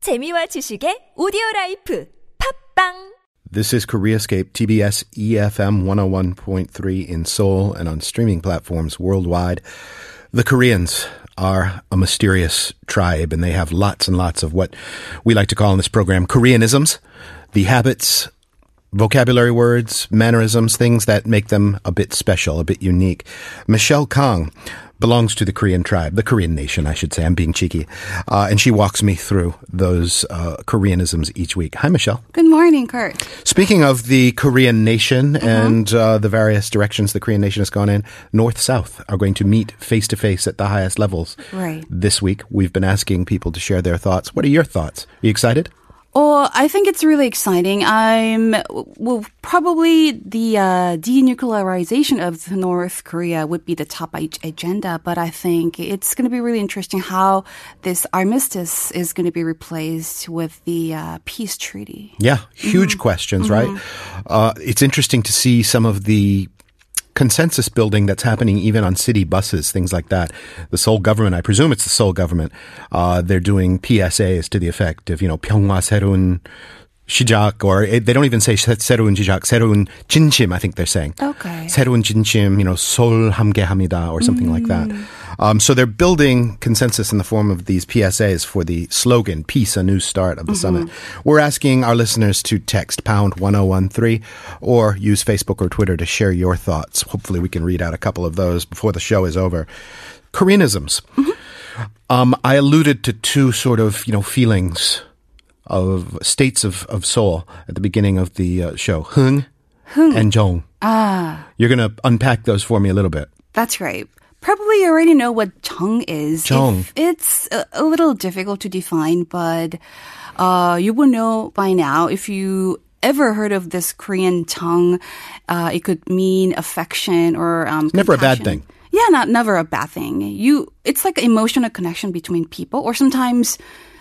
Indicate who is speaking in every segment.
Speaker 1: 재미와 지식의 오디오 라이프 팝빵
Speaker 2: This is KoreaScape TBS EFM 101.3 in Seoul and on streaming platforms worldwide. The Koreans are a mysterious tribe and they have lots and lots of what we like to call in this program Koreanisms, the habits, vocabulary words, mannerisms, things that make them a bit special, a bit unique. Michelle Kong belongs to the Korean tribe, the Korean nation, I should say. I'm being cheeky. Uh, and she walks me through those uh, Koreanisms each week. Hi, Michelle.
Speaker 3: Good morning, Kurt.
Speaker 2: Speaking of the Korean nation and uh, the various directions the Korean nation has gone in, North South are going to meet face to face at the highest levels.
Speaker 3: Right.
Speaker 2: This week, we've been asking people to share their thoughts. What are your thoughts? Are you excited?
Speaker 3: Oh, I think it's really exciting. I'm well, probably the uh, denuclearization of North Korea would be the top ag- agenda, but I think it's going to be really interesting how this armistice is going to be replaced with the uh, peace treaty.
Speaker 2: Yeah, huge questions, right? Uh, it's interesting to see some of the consensus building that's happening even on city buses, things like that. The Seoul government, I presume it's the Seoul government, uh, they're doing PSAs to the effect of, you know, 평화 새로운 시작, or it, they don't even say 새- 새로운 시작, 새로운 진심, I think they're saying.
Speaker 3: Okay.
Speaker 2: 새로운 진심, you know, 서울 함께합니다, or something like that. Um, so they're building consensus in the form of these PSAs for the slogan "Peace, a New Start" of the summit. We're asking our listeners to text pound one zero one three or use Facebook or Twitter to share your thoughts. Hopefully, we can read out a couple of those before the show is over. Koreanisms. Um, I alluded to two sort of you know feelings of states of, of soul at the beginning of the uh, show. Hung, and Jong. You're going to unpack those for me a little bit.
Speaker 3: That's right. Probably you already know what chung is.
Speaker 2: Jeong.
Speaker 3: If It's a, a little difficult to define, but uh, you will know by now if you ever heard of this Korean tongue. Uh, it could mean affection or um,
Speaker 2: Never a bad
Speaker 3: compassion.
Speaker 2: thing.
Speaker 3: Yeah, not never a bad thing. You, it's like emotional connection between people, or sometimes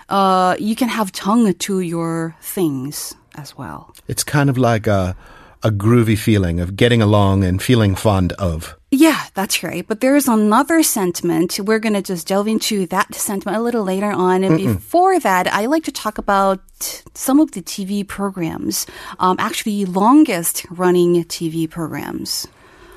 Speaker 3: uh, you can have tongue to your things as well.
Speaker 2: It's kind of like a, a groovy feeling of getting along and feeling fond of.
Speaker 3: Yeah, that's right. But there's another sentiment. We're going to just delve into that sentiment a little later on. And before that, I like to talk about some of the TV programs, um, actually, longest running TV programs.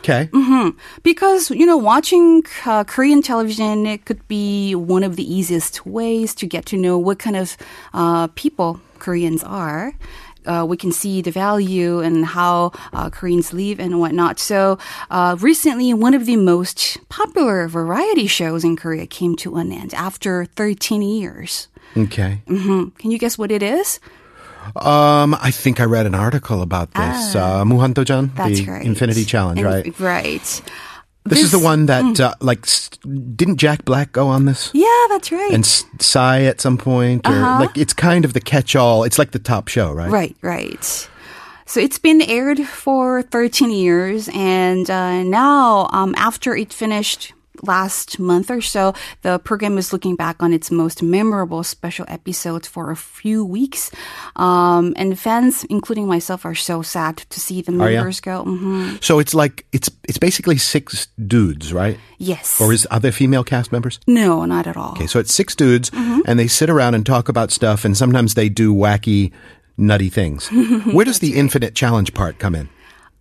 Speaker 2: Okay.
Speaker 3: Mm-hmm. Because, you know, watching uh, Korean television it could be one of the easiest ways to get to know what kind of uh, people Koreans are. Uh, we can see the value and how uh, Koreans live and whatnot. So, uh, recently, one of the most popular variety shows in Korea came to an end after 13 years.
Speaker 2: Okay.
Speaker 3: hmm Can you guess what it is?
Speaker 2: Um, I think I read an article about this. Uh, Muhantojan,
Speaker 3: Ah, That's
Speaker 2: the
Speaker 3: right.
Speaker 2: Infinity Challenge,
Speaker 3: And- Mm.
Speaker 2: right?
Speaker 3: Right.
Speaker 2: This, is the one that, uh, like, s didn't Jack Black go on this?
Speaker 3: Yeah, that's right.
Speaker 2: And s- Psy at some point? Or, Like, it's kind of the catch all. It's like the top show, right?
Speaker 3: Uh-huh. Right, right. So it's been aired for 13 years, and uh, now um, after it finished last month or so, the program is looking back on its most memorable special episodes for a few weeks. Um, and fans, including myself, are so sad to see the
Speaker 2: Are ya?
Speaker 3: members go. hmm
Speaker 2: So it's like, it's it's basically six dudes, right?
Speaker 3: Yes.
Speaker 2: Or is, are there female cast members?
Speaker 3: no, not at all.
Speaker 2: Okay, so it's six dudes,
Speaker 3: Mm-hmm.
Speaker 2: and they sit around and talk about stuff, and sometimes they do wacky, nutty things. Where does the infinite challenge part come in?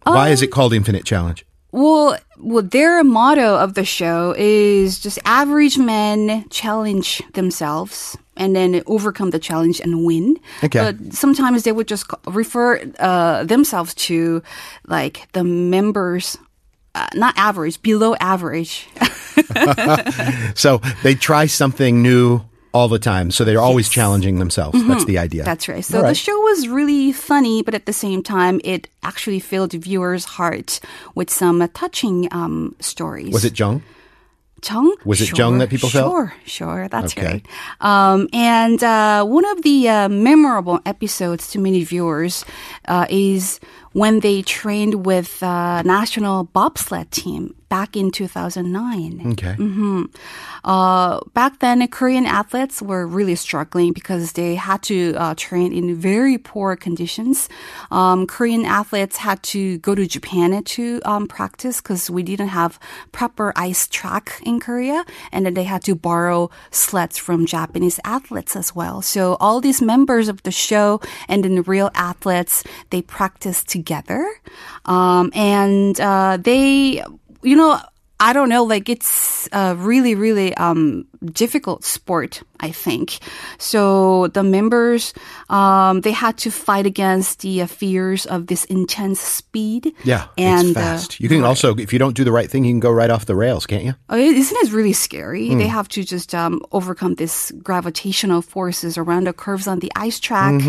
Speaker 2: Why
Speaker 3: Um,
Speaker 2: is it called infinite challenge?
Speaker 3: Well, well, their motto of the show is just average men challenge themselves and then overcome the challenge and win.
Speaker 2: Okay.
Speaker 3: But sometimes they would just ca- refer uh, themselves to like the members, uh, not average, below average.
Speaker 2: So they try something new all the time, so they're always challenging themselves. That's the idea.
Speaker 3: Mm-hmm. That's right. So
Speaker 2: All
Speaker 3: the show was really funny, but at the same time, it actually filled viewers' hearts with some touching um, stories.
Speaker 2: Was it Jung?
Speaker 3: Jung?
Speaker 2: Was it
Speaker 3: sure,
Speaker 2: Jung that people felt?
Speaker 3: Sure, sure, that's
Speaker 2: Okay.
Speaker 3: right. Um, and uh, one of the uh, memorable episodes to many viewers uh, is when they trained with uh, national bobsled team back in 2009.
Speaker 2: Okay.
Speaker 3: Uh, back then, Korean athletes were really struggling because they had to uh, train in very poor conditions. Um, Korean athletes had to go to Japan to um, practice because we didn't have proper ice track in Korea, and then they had to borrow sleds from Japanese athletes as well. So all these members of the show and then the real athletes they practiced together, um, and uh, they, you know. I don't know, like it's a really, really um, difficult sport, I think. So the members, um, they had to fight against the uh, fears of this intense speed.
Speaker 2: Yeah,
Speaker 3: and
Speaker 2: it's
Speaker 3: uh,
Speaker 2: fast. you can also, if you don't do the right thing, you can go right off the rails, can't you?
Speaker 3: Oh, it- isn't it really scary? They have to just um, overcome this gravitational forces around the curves on the ice track.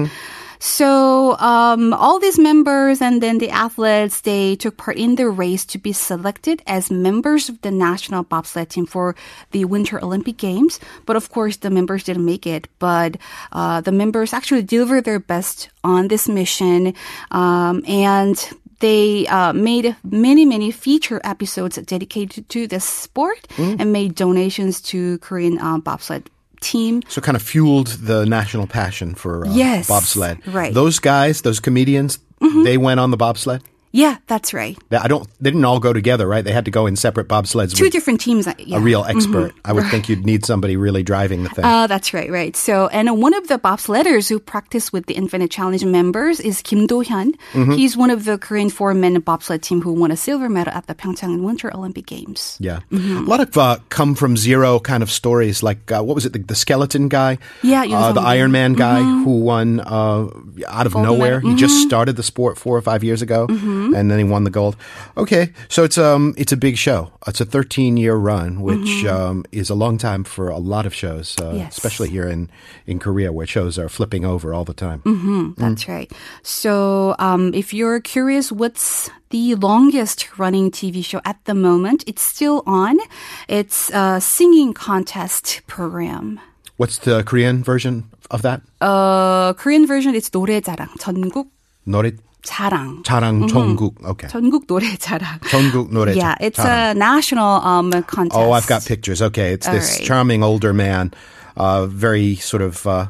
Speaker 3: So um, all these members and then the athletes, they took part in the race to be selected as members of the national bobsled team for the Winter Olympic Games. But of course, the members didn't make it. But uh, the members actually delivered their best on this mission, um, and they uh, made many, many feature episodes dedicated to this sport
Speaker 2: Mm.
Speaker 3: and made donations to Korean um, bobsled team.
Speaker 2: So kind of fueled the national passion for uh,
Speaker 3: Yes,
Speaker 2: bobsled.
Speaker 3: right. Mm-hmm.
Speaker 2: Those guys, those comedians, they went on the bobsled.
Speaker 3: Yeah, that's right.
Speaker 2: They, I don't. They didn't all go together, right? They had to go in separate bobsleds
Speaker 3: Two
Speaker 2: with
Speaker 3: different teams. uh, Yeah.
Speaker 2: a real expert. I would think you'd need somebody really driving the thing.
Speaker 3: Uh, that's right, right. So, and one of the bobsledders who practiced with the Infinite Challenge members is Kim Do-hyun.
Speaker 2: Mm-hmm.
Speaker 3: He's one of the Korean four men bobsled team who won a silver medal at the Pyeongchang Winter Olympic Games.
Speaker 2: yeah,
Speaker 3: mm-hmm.
Speaker 2: a lot of uh, come from zero kind of stories. Like uh, what was it? The, the skeleton guy.
Speaker 3: Yeah, you
Speaker 2: uh, the
Speaker 3: know,
Speaker 2: Iron Man guy
Speaker 3: Mm-hmm.
Speaker 2: who won uh, out of nowhere. He just started the sport four or five years ago,
Speaker 3: Mm-hmm.
Speaker 2: and then he won the gold. Okay, so it's um it's a big show. It's a 13 year run, which um, is a long time for a lot of shows, uh,
Speaker 3: Mm-hmm. Yes.
Speaker 2: especially here in in Korea, where shows are flipping over all the time. Mm.
Speaker 3: That's right. So, um, if you're curious, what's the longest running TV show at the moment? It's still on. It's a singing contest program.
Speaker 2: What's the Korean version of that?
Speaker 3: Uh, Korean version, it's 노래자랑, 전국
Speaker 2: 노래
Speaker 3: 자랑.
Speaker 2: 자랑 전국. Okay.
Speaker 3: 전국 노래자랑.
Speaker 2: 전국 노래
Speaker 3: Yeah,
Speaker 2: 자-
Speaker 3: it's
Speaker 2: 자랑.
Speaker 3: a national um, contest.
Speaker 2: Oh, I've got pictures. Okay, it's this
Speaker 3: right.
Speaker 2: charming older man, uh, very sort of uh,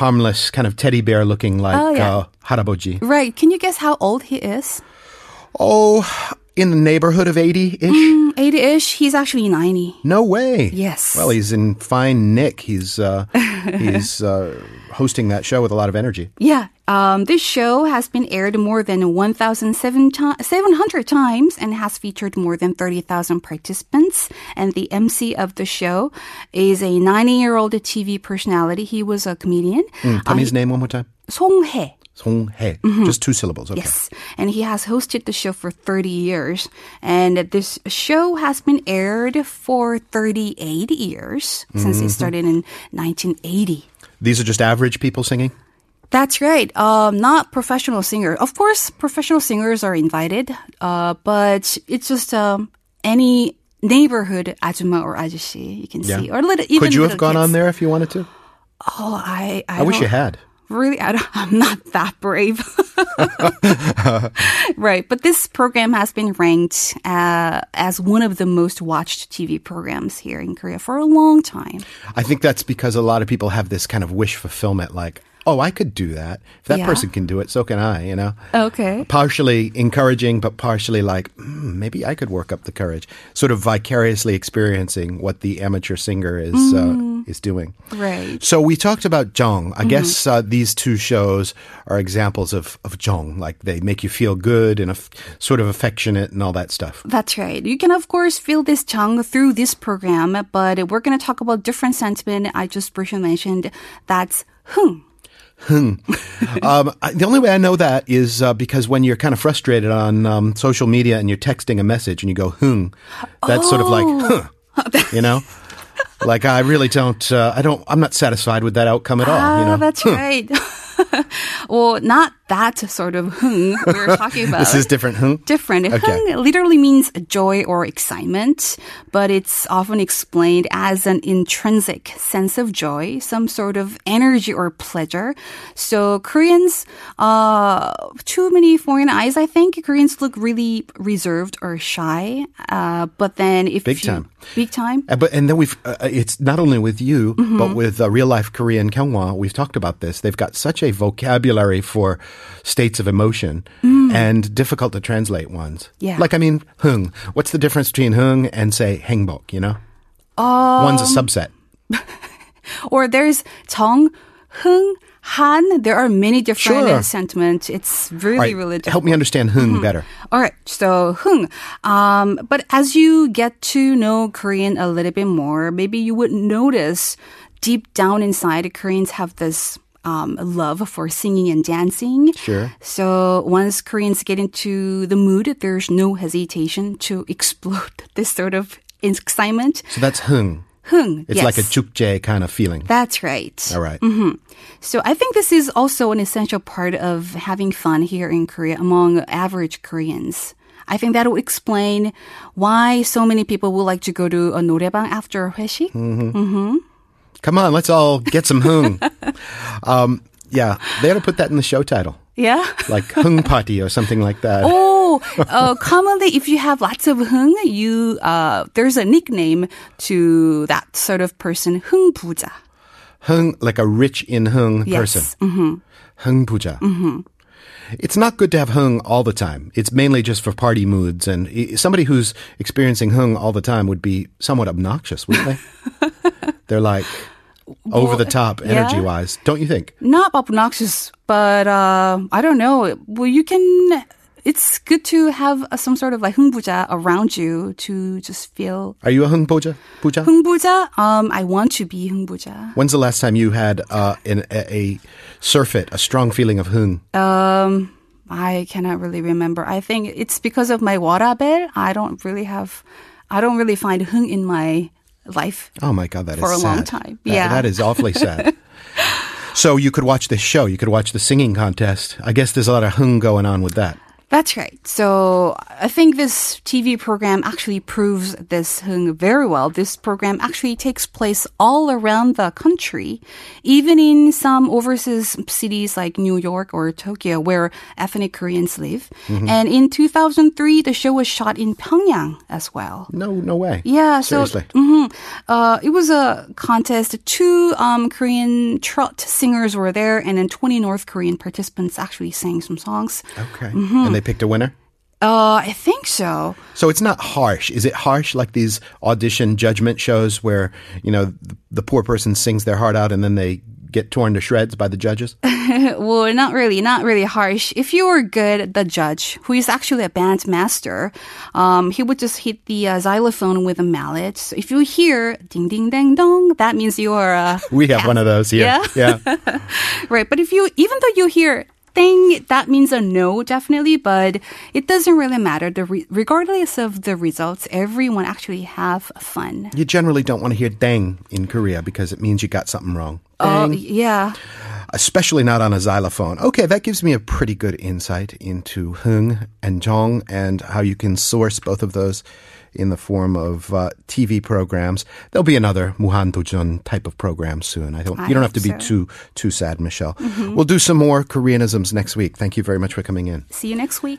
Speaker 2: harmless, kind of teddy bear looking like
Speaker 3: Oh, yeah.
Speaker 2: uh, Haraboji.
Speaker 3: Right. Can you guess how old he is?
Speaker 2: Oh, in the neighborhood of 80 ish?
Speaker 3: 80 ish. He's actually 90.
Speaker 2: No way.
Speaker 3: Mm. Yes.
Speaker 2: Well, he's in fine nick. He's uh, he's uh, hosting that show with a lot of energy.
Speaker 3: Yeah. Um, this show has been aired more than 1,700 times and has featured more than 30,000 participants. And the MC of the show is a 90 year old TV personality. He was a comedian.
Speaker 2: Tell me his name one more time.
Speaker 3: Song He.
Speaker 2: Song He. Just two syllables. Okay.
Speaker 3: Mm-hmm. Yes. And he has hosted the show for 30 years. And this show has been aired for 38 years since it started in 1980.
Speaker 2: These are just average people singing.
Speaker 3: That's right. Um, not professional singer. Of course, professional singers are invited, uh, but it's just um, any neighborhood ajumma or ajushi you can see, or little, even
Speaker 2: Could you have
Speaker 3: little
Speaker 2: gone on
Speaker 3: kids.
Speaker 2: there if you wanted to?
Speaker 3: Oh, I I,
Speaker 2: I wish
Speaker 3: don't-
Speaker 2: you had.
Speaker 3: Really, I don't, I'm not that brave. right, but this program has been ranked uh, as one of the most watched TV programs here in Korea for a long time.
Speaker 2: I think that's because a lot of people have this kind of wish fulfillment, like, oh, I could do that. If that
Speaker 3: Yeah.
Speaker 2: person can do it, so can I, you know?
Speaker 3: Okay.
Speaker 2: Partially encouraging, but partially like, mm, maybe I could work up the courage. Sort of vicariously experiencing what the amateur singer is, uh, is doing.
Speaker 3: Right.
Speaker 2: So we talked about Jong. I guess uh, these two shows are examples of, of Jong. Like they make you feel good and aff sort of affectionate and all that stuff.
Speaker 3: That's right. You can, of course, feel this tongue through this program, but we're going to talk about different sentiment I just briefly mentioned. That's hung.
Speaker 2: Um, I, the only way I know that is uh, because when you're kind of frustrated on um, social media and you're texting a message and you go "hung," that's sort of like, huh, you know, like I really don't, uh, I don't, I'm not satisfied with that outcome at all.
Speaker 3: Ah,
Speaker 2: you know,
Speaker 3: that's right. well, not that sort of hung we were talking about.
Speaker 2: This is different hung?
Speaker 3: Different.
Speaker 2: Okay.
Speaker 3: Hung literally means joy or excitement, but it's often explained as an intrinsic sense of joy, some sort of energy or pleasure. So Koreans, uh, too many foreign eyes, I think Koreans look really reserved or shy. Uh, but then if
Speaker 2: Big
Speaker 3: you-
Speaker 2: time.
Speaker 3: big time.
Speaker 2: Uh, But and then we've uh, it's not only with you,
Speaker 3: Mm-hmm.
Speaker 2: but with uh, real life Korean Kyunghwa, we've talked about this. They've got such a vocabulary for states of emotion and difficult to translate ones.
Speaker 3: Mm. Yeah.
Speaker 2: like I mean, hung. What's the difference between hung and say hengbok? You know, one's a
Speaker 3: Um,
Speaker 2: subset.
Speaker 3: or there's Tong, Hung, Han. There are many different
Speaker 2: Sure.
Speaker 3: sentiments. It's really, Mm-hmm.
Speaker 2: All right,
Speaker 3: really difficult.
Speaker 2: help me understand hung better.
Speaker 3: All right, so Hung. Um, but as you get to know Korean a little bit more, maybe you would notice deep down inside, Koreans have this. Um, love for singing and dancing.
Speaker 2: Sure.
Speaker 3: So once Koreans get into the mood, there's no hesitation to explode this sort of excitement.
Speaker 2: So that's hung.
Speaker 3: Hung.
Speaker 2: It's like a jukje kind of feeling.
Speaker 3: That's Mm-hmm. right.
Speaker 2: All right.
Speaker 3: So I think this is also an essential part of having fun here in Korea among average Koreans. I think that will explain why so many people would like to go to a 노래방 after 회식.
Speaker 2: Come on, let's all get some hung. um, yeah, they ought to put that in the show title,
Speaker 3: Yeah.
Speaker 2: like hung party or something like that.
Speaker 3: Oh, uh, commonly if you have lots of 흥, you uh, there's a nickname to that sort of person, 흥 부자.
Speaker 2: hung like a rich in hung
Speaker 3: Yes. Mm-hmm.
Speaker 2: person. Hung puja. It's not good to have hung all the time. It's mainly just for party moods, and i- somebody who's experiencing hung all the time would be somewhat obnoxious, wouldn't they? They're like over the top
Speaker 3: yeah.
Speaker 2: energy wise, don't you think?
Speaker 3: Not obnoxious, but uh, I don't know. Well, you can. It's good to have uh, some sort of like 흥 부자 around you to just feel
Speaker 2: Are you a hung puja? Puja?
Speaker 3: 흥부자. Um, I want to be 흥부자.
Speaker 2: When's the last time you had uh, an, a, a surfeit, a strong feeling of hung?
Speaker 3: Um, I cannot really remember. I think it's because of my warabel. I don't really have. I don't really find 흥 in my life.
Speaker 2: Oh my God, that is
Speaker 3: For a
Speaker 2: sad.
Speaker 3: long time.
Speaker 2: That-
Speaker 3: Yeah.
Speaker 2: that is awfully sad. so you could watch this show. You could watch the singing contest. I guess there's a lot of hung going on with that.
Speaker 3: That's right. So I think this TV program actually proves this hung very well. This program actually takes place all around the country, even in some overseas cities like New York or Tokyo where ethnic Koreans live. And in 2003, the show was shot in Pyongyang as well.
Speaker 2: No, no way.
Speaker 3: Yeah, so
Speaker 2: seriously.
Speaker 3: mhm. uh, it was a contest. Two um, Korean trot singers were there, and then 20 North Korean participants actually sang some songs.
Speaker 2: okay,
Speaker 3: Mm-hmm.
Speaker 2: and they picked a winner.
Speaker 3: Uh, I think so.
Speaker 2: So it's not harsh. Is it harsh like these audition judgment shows where you know the, the poor person sings their heart out and then they get torn to shreds by the judges?
Speaker 3: Well, not really, not really harsh. If you were good, the judge, who is actually a band master, um, he would just hit the uh, xylophone with a mallet. So if you hear ding ding ding dong, that means you are uh,
Speaker 2: We have one of those here. Yeah.
Speaker 3: right. But if you, even though you hear ding, that means a no, definitely. But it doesn't really matter. The re- regardless of the results, everyone actually have fun.
Speaker 2: You generally don't want to hear "dang" in Korea because it means you got something wrong.
Speaker 3: Oh, yeah.
Speaker 2: especially not on a xylophone. Okay, that gives me a pretty good insight into hung and jong and how you can source both of those in the form of uh, TV programs. There'll be another Muhan Dojun type of program soon. I don't.
Speaker 3: I
Speaker 2: you don't have
Speaker 3: hope
Speaker 2: to be
Speaker 3: so. Mm-hmm.
Speaker 2: too too sad, Michelle. We'll do some more Koreanisms next week. Thank you very much for coming in.
Speaker 3: See you next week.